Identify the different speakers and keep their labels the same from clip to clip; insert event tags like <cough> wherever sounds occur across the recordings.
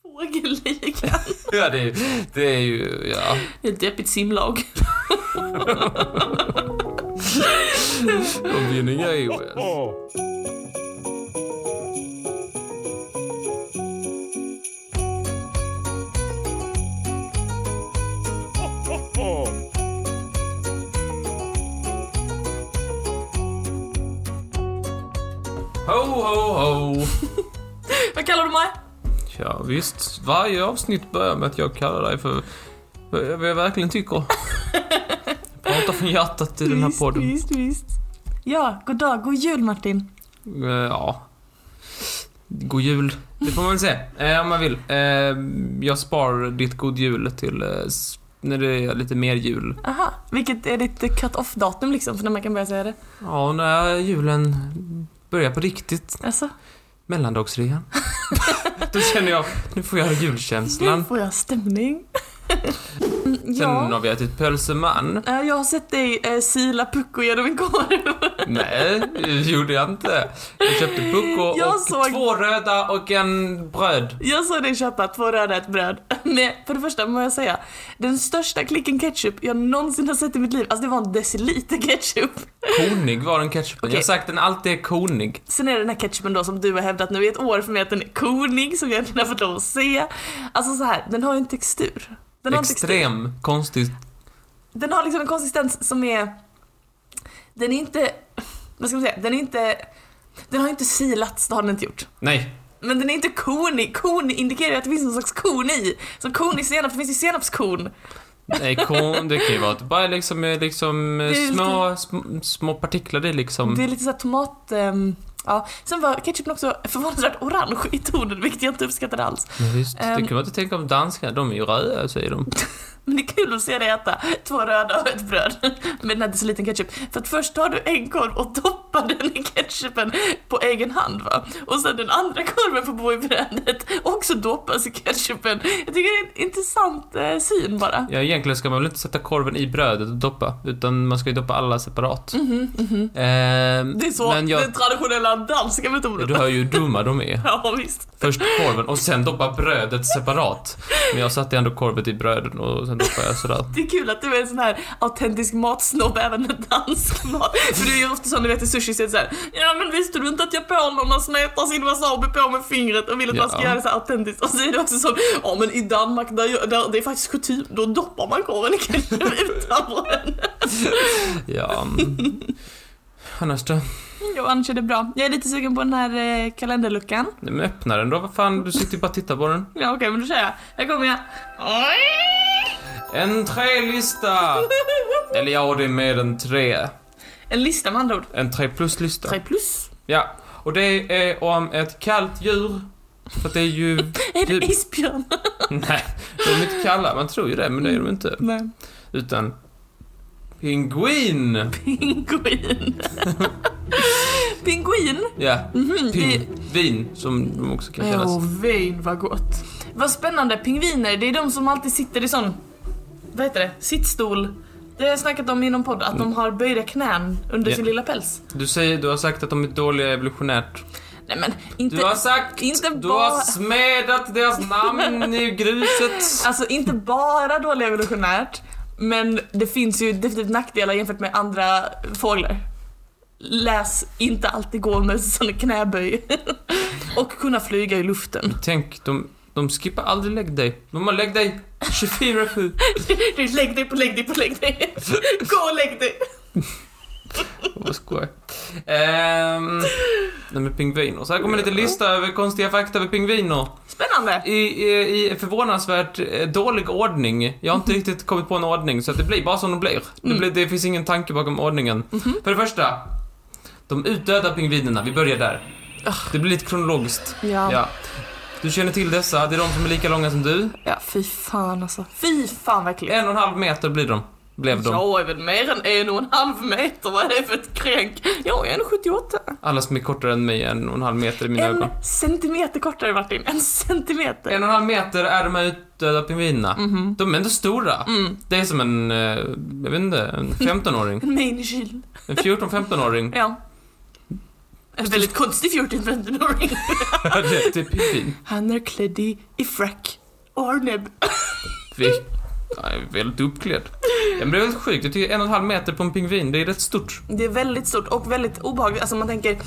Speaker 1: <laughs>
Speaker 2: Nagelligan.
Speaker 1: Ja, det är, det är ju, ja.
Speaker 2: Ett deppigt simlag.
Speaker 1: De vinner ju OS. Ho, ho, ho.
Speaker 2: <laughs> Vad kallar du mig?
Speaker 1: Ja, visst. Varje avsnitt börjar med att jag kallar dig för vad jag verkligen <laughs> tycker. Jag pratar från hjärtat i den här podden.
Speaker 2: Visst, visst. Ja, god dag, god jul Martin.
Speaker 1: Eh, Ja. God jul. Det får man väl se, eh, om man vill. Eh, jag spar ditt god jul till eh, s- när det är lite mer jul.
Speaker 2: Aha, vilket är ditt cut-off datum liksom för när man kan börja säga det?
Speaker 1: Ja, när julen börjar på riktigt.
Speaker 2: Alltså,
Speaker 1: Mellandagsrean. <laughs> Då känner jag, nu får jag
Speaker 2: nu
Speaker 1: julkänslan.
Speaker 2: får jag
Speaker 1: <laughs>
Speaker 2: stämning. Mm,
Speaker 1: Sen
Speaker 2: ja,
Speaker 1: har vi ätit pölseman.
Speaker 2: Eh, jag har sett dig eh, sila pucko genom en korv. <laughs>
Speaker 1: Nej, det gjorde jag inte. Jag köpte pucko och
Speaker 2: Jag såg-
Speaker 1: två röda och en bröd.
Speaker 2: Jag såg dig köpa två röda ett bröd <laughs> med, för det första må jag säga, den största klicken ketchup jag någonsin har sett i mitt liv. Alltså det var en deciliter ketchup.
Speaker 1: Konig var den ketchupen. Jag har
Speaker 2: Okej.
Speaker 1: sagt den alltid är konig.
Speaker 2: Sen är det den här ketchupen då som du har hävdat nu i ett år för mig att den är konig som jag inte har fått lov att se. Alltså så här, den har ju en textur. Den har, en textur.
Speaker 1: Extrem, konstigt.
Speaker 2: den har liksom en konsistens som är... Den är inte... Vad ska man säga? Den är inte... Den har inte silats, det har den inte gjort.
Speaker 1: Nej,
Speaker 2: Men den är inte konig. Kon indikerar ju att det finns någon slags kon i. Som kon i senap, det finns ju senapskorn.
Speaker 1: Nej, kon, det kan ju vara att bara liksom, eh, liksom eh,
Speaker 2: Det är
Speaker 1: små, sm- små partiklar det är liksom.
Speaker 2: Det är lite såhär tomat... ehm, ja. Sen var ketchupen också förvånansvärt orange i tonen, vilket jag inte uppskattade alls.
Speaker 1: Men visst, det
Speaker 2: Ehm.
Speaker 1: kan man inte tänka om danskarna, de är ju röda säger de.
Speaker 2: Men det är kul att se dig äta två röda och ett bröd med den här decilitern ketchup. För att först tar du en korv och doppar den i ketchupen på egen hand va. Och sen den andra korven får bo i brödet också doppas i ketchupen. Jag tycker det är en intressant eh, syn bara.
Speaker 1: Ja, egentligen ska man väl inte sätta korven i brödet och doppa, utan man ska ju doppa alla separat. Ehm,
Speaker 2: Mhm, Det är så
Speaker 1: Men jag,
Speaker 2: den traditionella danska
Speaker 1: du
Speaker 2: metoden.
Speaker 1: hör ju hur dumma de är.
Speaker 2: <laughs> Ja visst.
Speaker 1: Först korven och sen doppa brödet separat. Men jag satte ändå korvet i brödet och sen doppade jag sådär.
Speaker 2: Det är kul att du är en sån här autentisk matsnobb även med dansk mat. För du är ju ofta sån du vet i sushi, så är det så här, ja men visste du inte att japanerna smetar sin wasabi på med fingret och vill att man ska
Speaker 1: Ja.
Speaker 2: göra det så här autentiskt. Och så är det också så, ja men i Danmark där, gör- där det är faktiskt kutym, då doppar man korven i ketchup <laughs> utan bröd.
Speaker 1: Ja. mm. Annars då?
Speaker 2: Jo annars är det bra. Jag är lite sugen på den här eh, kalenderluckan.
Speaker 1: Nej, men öppna den då, vad fan, du sitter ju bara och tittar på den.
Speaker 2: Ja okej men då kör jag. Här kommer jag.
Speaker 1: En trälista! Eller ja, det är mer än tre.
Speaker 2: En lista med andra ord.
Speaker 1: En tre plus-lista.
Speaker 2: 3 plus.
Speaker 1: Ja. Och det är om ett kallt djur. För att det är ju...
Speaker 2: Är det
Speaker 1: Jul.
Speaker 2: isbjörn?
Speaker 1: Nej, de är inte kalla. Man tror ju det, men det är de inte.
Speaker 2: Nej.
Speaker 1: Utan... Pingvin!
Speaker 2: Pinguin. <laughs> Pinguin Mhm,
Speaker 1: Ja. Pingvin, som de också kan kallas.
Speaker 2: Åh, vin vad gott. Vad spännande, pingviner, det är de som alltid sitter i sån, vad heter det, sittstol. Det har jag snackat om i någon podd, att de har böjda knän under
Speaker 1: Ja.
Speaker 2: sin lilla päls.
Speaker 1: Du säger, du har sagt att de är dåliga evolutionärt.
Speaker 2: Nej men inte...
Speaker 1: Du har sagt...
Speaker 2: inte
Speaker 1: du
Speaker 2: bara-
Speaker 1: har smedat deras
Speaker 2: <laughs>
Speaker 1: namn i gruset.
Speaker 2: Alltså inte bara dålig evolutionärt, men det finns ju definitivt nackdelar jämfört med andra fåglar. Läs inte alltid gå med sån knäböj. <laughs> Och kunna flyga i luften.
Speaker 1: Tänk, de, de skippar aldrig lägg dig. De har lägg dig 24-7.
Speaker 2: <laughs> Du, Lägg dig på lägg dig på lägg dig. <laughs> Gå och lägg dig.
Speaker 1: Vad skoj. Ehm, nej men pingviner. Så här kommer en liten lista över konstiga fakta över pingviner.
Speaker 2: Spännande.
Speaker 1: I, i, i förvånansvärt eh, dålig ordning. Jag har inte riktigt kommit på en ordning, så att det blir bara som de blir. Det, blir, det finns ingen tanke bakom ordningen. För det första, de utdöda pingvinerna. Vi börjar där. Det blir lite kronologiskt. Ja. Du känner till dessa, det är de som är lika långa som du.
Speaker 2: Ja, fy fan alltså. Fy fan verkligen.
Speaker 1: En och en halv meter blir de. Blev de.
Speaker 2: Jag är väl mer än en och en halv meter, vad är det för ett kränk? Jag är en 78.
Speaker 1: Alla som är kortare än mig, en och en halv meter i mina ögon.
Speaker 2: En centimeter kortare Martin, en centimeter. Mm-hmm.
Speaker 1: En och en halv meter Mm. är de här utdöda pingvinerna. De är ändå stora.
Speaker 2: Mm.
Speaker 1: Det är som en, eh, jag vet inte, en 15-åring.
Speaker 2: En minikyl.
Speaker 1: En 14-15-åring.
Speaker 2: Ja. En väldigt konstig fjortis med en noring.
Speaker 1: <laughs> det, det är typ Pippin.
Speaker 2: Han är klädd i, i frack och har näbb.
Speaker 1: Vi- Han är väldigt uppklädd. Ja, men det är väldigt sjukt. Jag tycker en och en halv meter på en pingvin, det är rätt stort.
Speaker 2: Det är väldigt stort och väldigt obehagligt. Alltså man tänker,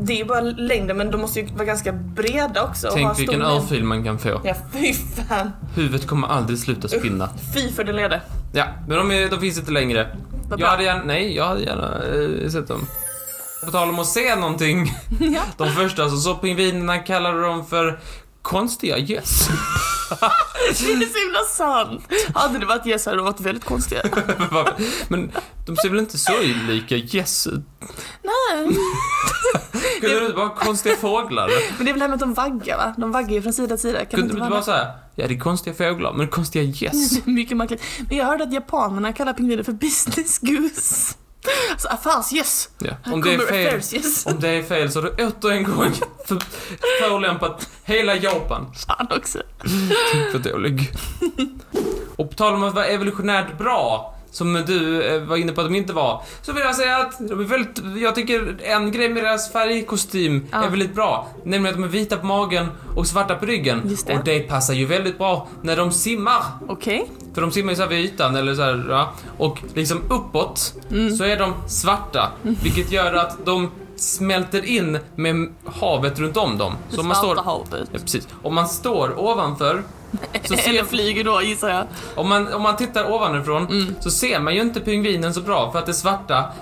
Speaker 2: det är ju bara längden men de måste ju vara ganska breda också. och ha
Speaker 1: Tänk
Speaker 2: stor
Speaker 1: vilken
Speaker 2: näbb.
Speaker 1: örfil man kan få.
Speaker 2: Ja, fy fan.
Speaker 1: Huvudet kommer aldrig sluta spinna.
Speaker 2: Fy för den lede.
Speaker 1: Ja, men de, är, de finns inte längre.
Speaker 2: Vad
Speaker 1: Jag
Speaker 2: bra.
Speaker 1: hade gärna, nej, jag hade gärna eh, sett dem. På tal om att se någonting.
Speaker 2: <laughs> Ja.
Speaker 1: De första som såg pingvinerna kallade dem för konstiga gäss. <laughs>
Speaker 2: Det är så himla sant. Hade det varit gäss hade de varit väldigt
Speaker 1: <laughs>
Speaker 2: konstiga.
Speaker 1: men de ser väl inte så lika gäss ut?
Speaker 2: Nej.
Speaker 1: Kunde du inte vara konstiga fåglar?
Speaker 2: Men det är väl det här med att de vaggar va? De vaggar ju från sida till sida. Kan det
Speaker 1: Kunde du
Speaker 2: inte
Speaker 1: inte
Speaker 2: vara
Speaker 1: bara säga, ja det är konstiga fåglar, men konstiga gäss.
Speaker 2: <laughs> det? Mycket märkligt. Men jag hörde att japanerna kallar pingviner för business goose. Alltså affärsgäss.
Speaker 1: Ja.
Speaker 2: Här
Speaker 1: Om det är
Speaker 2: kommer
Speaker 1: fel,
Speaker 2: affärsgäss.
Speaker 1: om det är fel så har du återigen gång för- förolämpat hela Japan.
Speaker 2: Fan också.
Speaker 1: För dålig. Och på tal om att vara evolutionärt bra, som du eh, var inne på att de inte var, så vill jag säga att de är väldigt, jag tycker en grej med deras färgkostym
Speaker 2: Ja.
Speaker 1: är väldigt bra. Nämligen att de är vita på magen och svarta på ryggen.
Speaker 2: Just det.
Speaker 1: Och det passar ju väldigt bra när de simmar.
Speaker 2: Okej.
Speaker 1: För de simmar ju såhär vid ytan eller såhär, ja. Och liksom uppåt så är de svarta. Vilket gör att de smälter in med havet runt om dem. Så om man står...
Speaker 2: Svarta havet.
Speaker 1: Ja, precis. Om man står ovanför
Speaker 2: <laughs>
Speaker 1: så
Speaker 2: Eller
Speaker 1: ser,
Speaker 2: flyger då gissar jag.
Speaker 1: om, man, om man tittar ovanifrån
Speaker 2: Mm.
Speaker 1: så ser man ju inte pingvinen så bra för att det svarta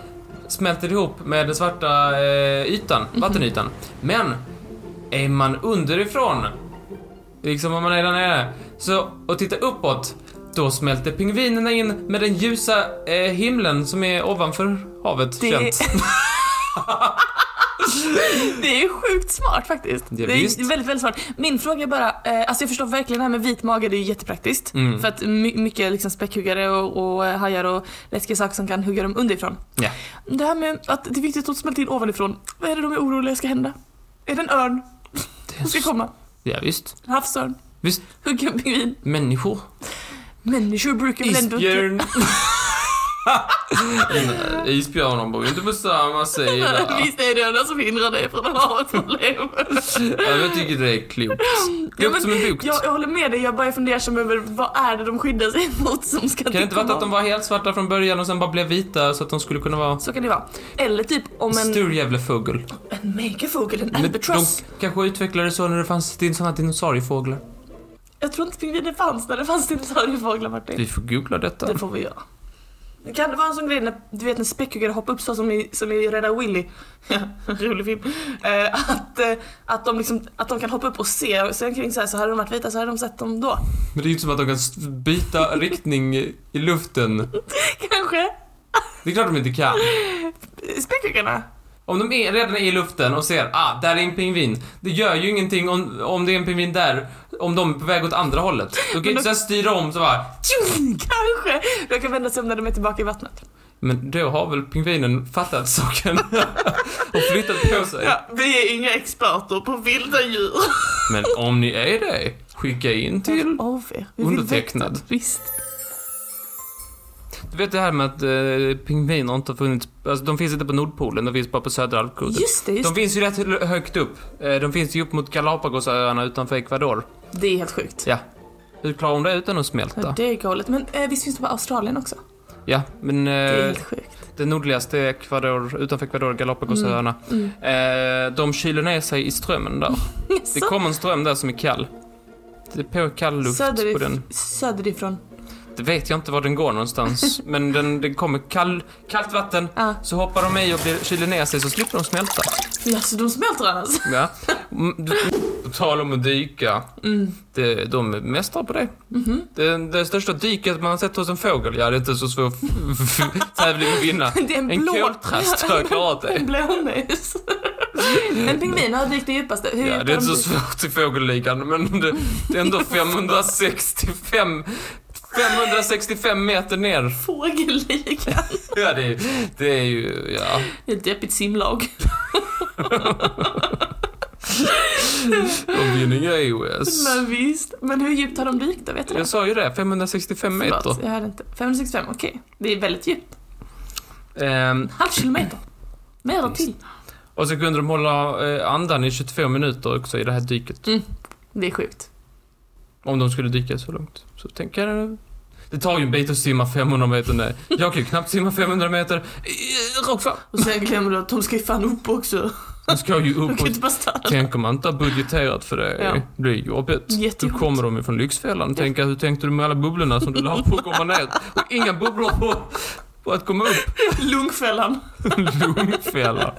Speaker 1: smälter ihop med den svarta eh, ytan,
Speaker 2: Mhm.
Speaker 1: vattenytan. Men är man underifrån, liksom om man är där nere, så, och tittar uppåt, då smälter pingvinerna in med den ljusa eh, himlen som är ovanför havet.
Speaker 2: Det-
Speaker 1: Känt. <laughs>
Speaker 2: Det är sjukt smart faktiskt.
Speaker 1: Ja,
Speaker 2: det är
Speaker 1: visst.
Speaker 2: väldigt, väldigt smart. Min fråga är bara, eh, alltså jag förstår verkligen det här med vit mage, det är ju jättepraktiskt.
Speaker 1: Mm.
Speaker 2: För att my- mycket liksom späckhuggare och, och hajar och läskiga saker som kan hugga dem underifrån.
Speaker 1: Ja.
Speaker 2: Det här med att det är viktigt att smälta in ovanifrån, vad är det de är oroliga ska hända? Är det en örn som ska komma?
Speaker 1: ja, visst.
Speaker 2: En havsörn?
Speaker 1: Visst.
Speaker 2: Hugga en pingvin?
Speaker 1: Människor.
Speaker 2: Människor brukar väl ändå inte...
Speaker 1: Isbjörn. <laughs> Nej, Isbjörnen bor ju inte på samma sida.
Speaker 2: Visst är <laughs> det örnar som hindrar dig från att ha ett problem?
Speaker 1: Ja, Jag tycker det är klokt. Klokt
Speaker 2: Ja, men
Speaker 1: som en bok.
Speaker 2: Jag, jag håller med dig, jag börjar fundera som över vad är det de skyddar sig mot som ska
Speaker 1: Kan det inte vara att de var helt svarta från början och sen bara blev vita så att de skulle kunna vara
Speaker 2: Så kan det vara. Eller typ om en,
Speaker 1: stor jävla fågel?
Speaker 2: en megafågel, en
Speaker 1: Men de
Speaker 2: albatross.
Speaker 1: kanske utvecklade så när det fanns din- såna dinosauriefåglar.
Speaker 2: Jag tror inte pingviner fanns när det fanns dinosauriefåglar Martin.
Speaker 1: Vi får googla detta.
Speaker 2: Det får vi göra. Kan det vara en sån grej när, du vet när späckhuggare hoppar upp så som i, som i Rädda Willy, <laughs> rolig film, eh, att, eh, att, de liksom, att de kan hoppa upp och se och se omkring så här, så hade de varit vita så hade de sett dem då.
Speaker 1: Men det är ju inte som att de kan s- byta riktning i luften.
Speaker 2: Kanske.
Speaker 1: Det är klart de inte kan.
Speaker 2: Späckhuggarna.
Speaker 1: Om de är, redan är i luften och ser ah, där är en pingvin. Det gör ju ingenting om, om det är en pingvin där, om de är på väg åt andra hållet. Då kan ju inte
Speaker 2: då-
Speaker 1: såhär styra om så bara...
Speaker 2: Tjong, Kanske. De kan vända sig om när de är tillbaka i vattnet.
Speaker 1: Men då har väl pingvinen fattat saken <laughs> och flyttat på sig.
Speaker 2: Ja, vi är inga experter på vilda djur.
Speaker 1: Men om ni är det, skicka in till...
Speaker 2: Av er. Vi vill
Speaker 1: Undertecknad.
Speaker 2: veta. Visst.
Speaker 1: Du vet det här med att eh, pingviner inte har funnits... Alltså de finns inte på Nordpolen, de finns bara på södra halvklotet.
Speaker 2: Just det, just
Speaker 1: De finns ju rätt hö- högt upp. Eh, De finns ju upp mot Galapagosöarna utanför Ecuador.
Speaker 2: det. Det är helt sjukt.
Speaker 1: Ja. Hur klarar de det utan att
Speaker 2: Ja,
Speaker 1: smälta?
Speaker 2: det är galet. Men eh, visst finns det på Australien också?
Speaker 1: Ja, men
Speaker 2: Det är
Speaker 1: eh,
Speaker 2: helt sjukt.
Speaker 1: det nordligaste är Ecuador, utanför Ecuador, Galapagosöarna.
Speaker 2: Mm.
Speaker 1: Eh, de kyler ner sig i strömmen där. Det
Speaker 2: Så,
Speaker 1: kommer en ström där som är kall. Det är på kall luft på den.
Speaker 2: söderif- söderifrån.
Speaker 1: Det vet jag inte var den
Speaker 2: <laughs>
Speaker 1: går någonstans, men den, den kommer kall, kallt vatten,
Speaker 2: Ja.
Speaker 1: så hoppar de i och blir, kyler ner sig så slipper de smälta.
Speaker 2: Men alltså de smälter annars. <laughs>
Speaker 1: Ja. Mm, du- På tal om att dyka,
Speaker 2: Mm.
Speaker 1: det, de är mästare på det.
Speaker 2: Mhm.
Speaker 1: det. Det största dyket man har sett hos en fågel, ja det är inte så svår f- f- tävling att vinna.
Speaker 2: Det är <laughs> en,
Speaker 1: En
Speaker 2: blå...
Speaker 1: koltrast har jag
Speaker 2: <laughs>
Speaker 1: klarat
Speaker 2: En
Speaker 1: det. <laughs>
Speaker 2: blåmus. en pingvin har dykt det djupaste. Hur
Speaker 1: Ja,
Speaker 2: djupt
Speaker 1: det är
Speaker 2: har
Speaker 1: inte så
Speaker 2: de
Speaker 1: svårt i fågelligan, men det, det är ändå 565 565 meter ner.
Speaker 2: Fågelligan.
Speaker 1: Ja, det, är- det är ju, ja.
Speaker 2: Det är ett deppigt simlag.
Speaker 1: Och vinning är OS.
Speaker 2: <laughs> Men visst. Men hur djupt har de dykt då? Vet du det?
Speaker 1: Jag sa ju det, 565 meter.
Speaker 2: Förlåt, jag hörde inte. 565, okej. Det är väldigt djupt.
Speaker 1: Ehm,
Speaker 2: Halv kilometer. Mer
Speaker 1: Visst.
Speaker 2: till.
Speaker 1: Och så kunde de hålla eh, andan i 22 minuter också i det här dyket.
Speaker 2: Det är sjukt.
Speaker 1: Om de skulle dyka så långt. Så tänker jag... Det tar ju en bit att simma 500 meter ner. Jag kan ju knappt simma 500 meter eh, rakt fram.
Speaker 2: Och sen glömmer du att de ska ju fan upp också.
Speaker 1: De ska ju
Speaker 2: De
Speaker 1: upp
Speaker 2: kan
Speaker 1: och
Speaker 2: ju inte bara stanna. <laughs>
Speaker 1: Tänk om man inte har budgeterat för det.
Speaker 2: Ja.
Speaker 1: Det blir jobbigt. Då
Speaker 2: Jättejobbigt.
Speaker 1: kommer de ju från Lyxfällan och tänker, hur tänkte du med alla bubblorna som du la på att komma ner? Och inga bubblor på, på att komma upp.
Speaker 2: Lungfällan.
Speaker 1: Lungfälla.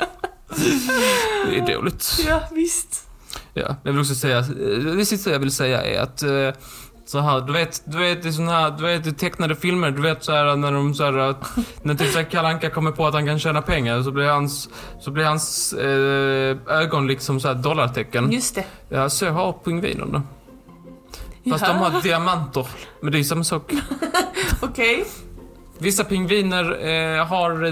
Speaker 1: Det är dåligt.
Speaker 2: Ja, visst.
Speaker 1: Ja, jag vill också säga, eh, det sista jag vill säga är att eh, så här, du vet, du vet i sån här, du vet i tecknade filmer, du vet så här när de så här, att- när typ så här Kalle Anka kommer på att han kan tjäna pengar så blir hans, så blir hans eh, ögon liksom så här dollartecken.
Speaker 2: Just det.
Speaker 1: Ja, så har pingvinerna. Fast
Speaker 2: Ja.
Speaker 1: de har diamanter. Men det är ju samma sak.
Speaker 2: Okej.
Speaker 1: Vissa pingviner eh, har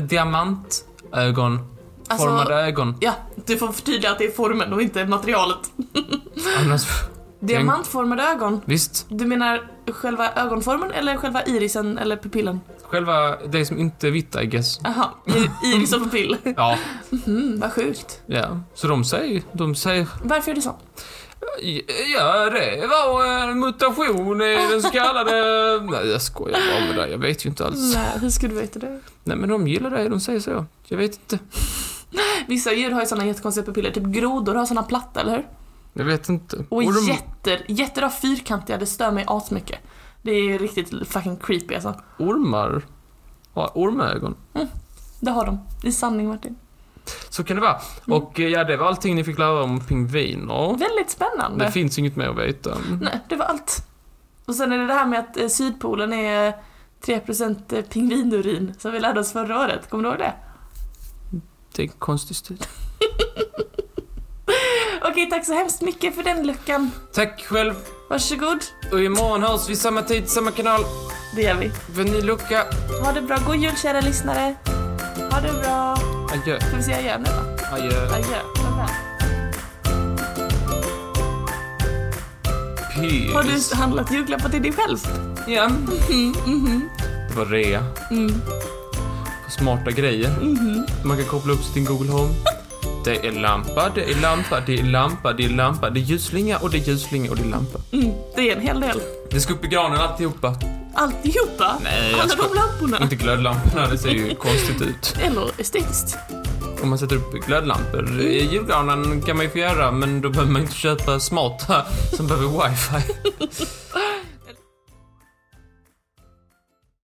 Speaker 1: diamantögon.
Speaker 2: Alltså-
Speaker 1: Formade ögon.
Speaker 2: Ja, du får förtydliga att det är formen och inte materialet.
Speaker 1: Annars,
Speaker 2: Diamantformade ögon.
Speaker 1: visst.
Speaker 2: Du menar själva ögonformen eller själva irisen eller pupillen?
Speaker 1: Själva det som inte är vitt, I guess.
Speaker 2: Aha, i- iris och <laughs> pupill.
Speaker 1: Ja,
Speaker 2: Mm, vad sjukt.
Speaker 1: ja. Så de säger, de säger,
Speaker 2: Varför är det så?
Speaker 1: ja det var en mutation i den så kallade... Nej, jag skojar bara med dig, jag vet ju inte alls.
Speaker 2: Nej, hur skulle du veta det?
Speaker 1: Nej men de gillar det, de säger så. Jag vet inte.
Speaker 2: Vissa djur har ju såna jättekonstiga pupiller, typ grodor har såna platta, eller hur?
Speaker 1: Jag vet inte.
Speaker 2: Och
Speaker 1: de,
Speaker 2: jätter, jätter har fyrkantiga, det stör mig asmycket. Det är ju riktigt fucking creepy alltså.
Speaker 1: ormar har ormögon.
Speaker 2: Det har de, i sanning Martin.
Speaker 1: Så kan det vara.
Speaker 2: Mm.
Speaker 1: Och eh, ja, det var allting ni fick lära om pingviner.
Speaker 2: Väldigt spännande.
Speaker 1: Det finns inget mer att veta.
Speaker 2: Nej, det var allt. Och sen är det det här med att eh, Sydpolen är eh, 3% pingvinurin som vi lärde oss förra året, kommer du ihåg det?
Speaker 1: Det är konstigt stil.
Speaker 2: Okej, tack så hemskt mycket för den luckan.
Speaker 1: Tack själv.
Speaker 2: Varsågod.
Speaker 1: Och imorgon hörs vi samma tid, samma kanal.
Speaker 2: Det gör vi.
Speaker 1: För ny lucka.
Speaker 2: Ha det bra. God jul kära lyssnare. Ha det bra.
Speaker 1: Adjö.
Speaker 2: Ska vi säga adjö nu då?
Speaker 1: Adjö.
Speaker 2: Adjö. Kom här.
Speaker 1: Peace.
Speaker 2: Har du handlat julklappar till dig själv?
Speaker 1: Ja. Det var rea.
Speaker 2: Mm.
Speaker 1: Smarta grejer.
Speaker 2: Mhm.
Speaker 1: Man kan koppla upp sin Google Home. Det är lampa, det är lampa, det är lampa, det är lampa. Det är ljusslinga och det är ljusslinga och det är lampa.
Speaker 2: Mm. Det är en hel del.
Speaker 1: Det ska upp i granen alltihopa.
Speaker 2: Alltihopa?
Speaker 1: Nej, jag
Speaker 2: Alla
Speaker 1: skojar.
Speaker 2: de lamporna?
Speaker 1: Inte glödlamporna, det ser ju konstigt ut.
Speaker 2: Eller estetiskt.
Speaker 1: Om man sätter upp glödlampor i <laughs> julgranen kan man ju få göra, men då behöver man inte köpa smarta som behöver wifi.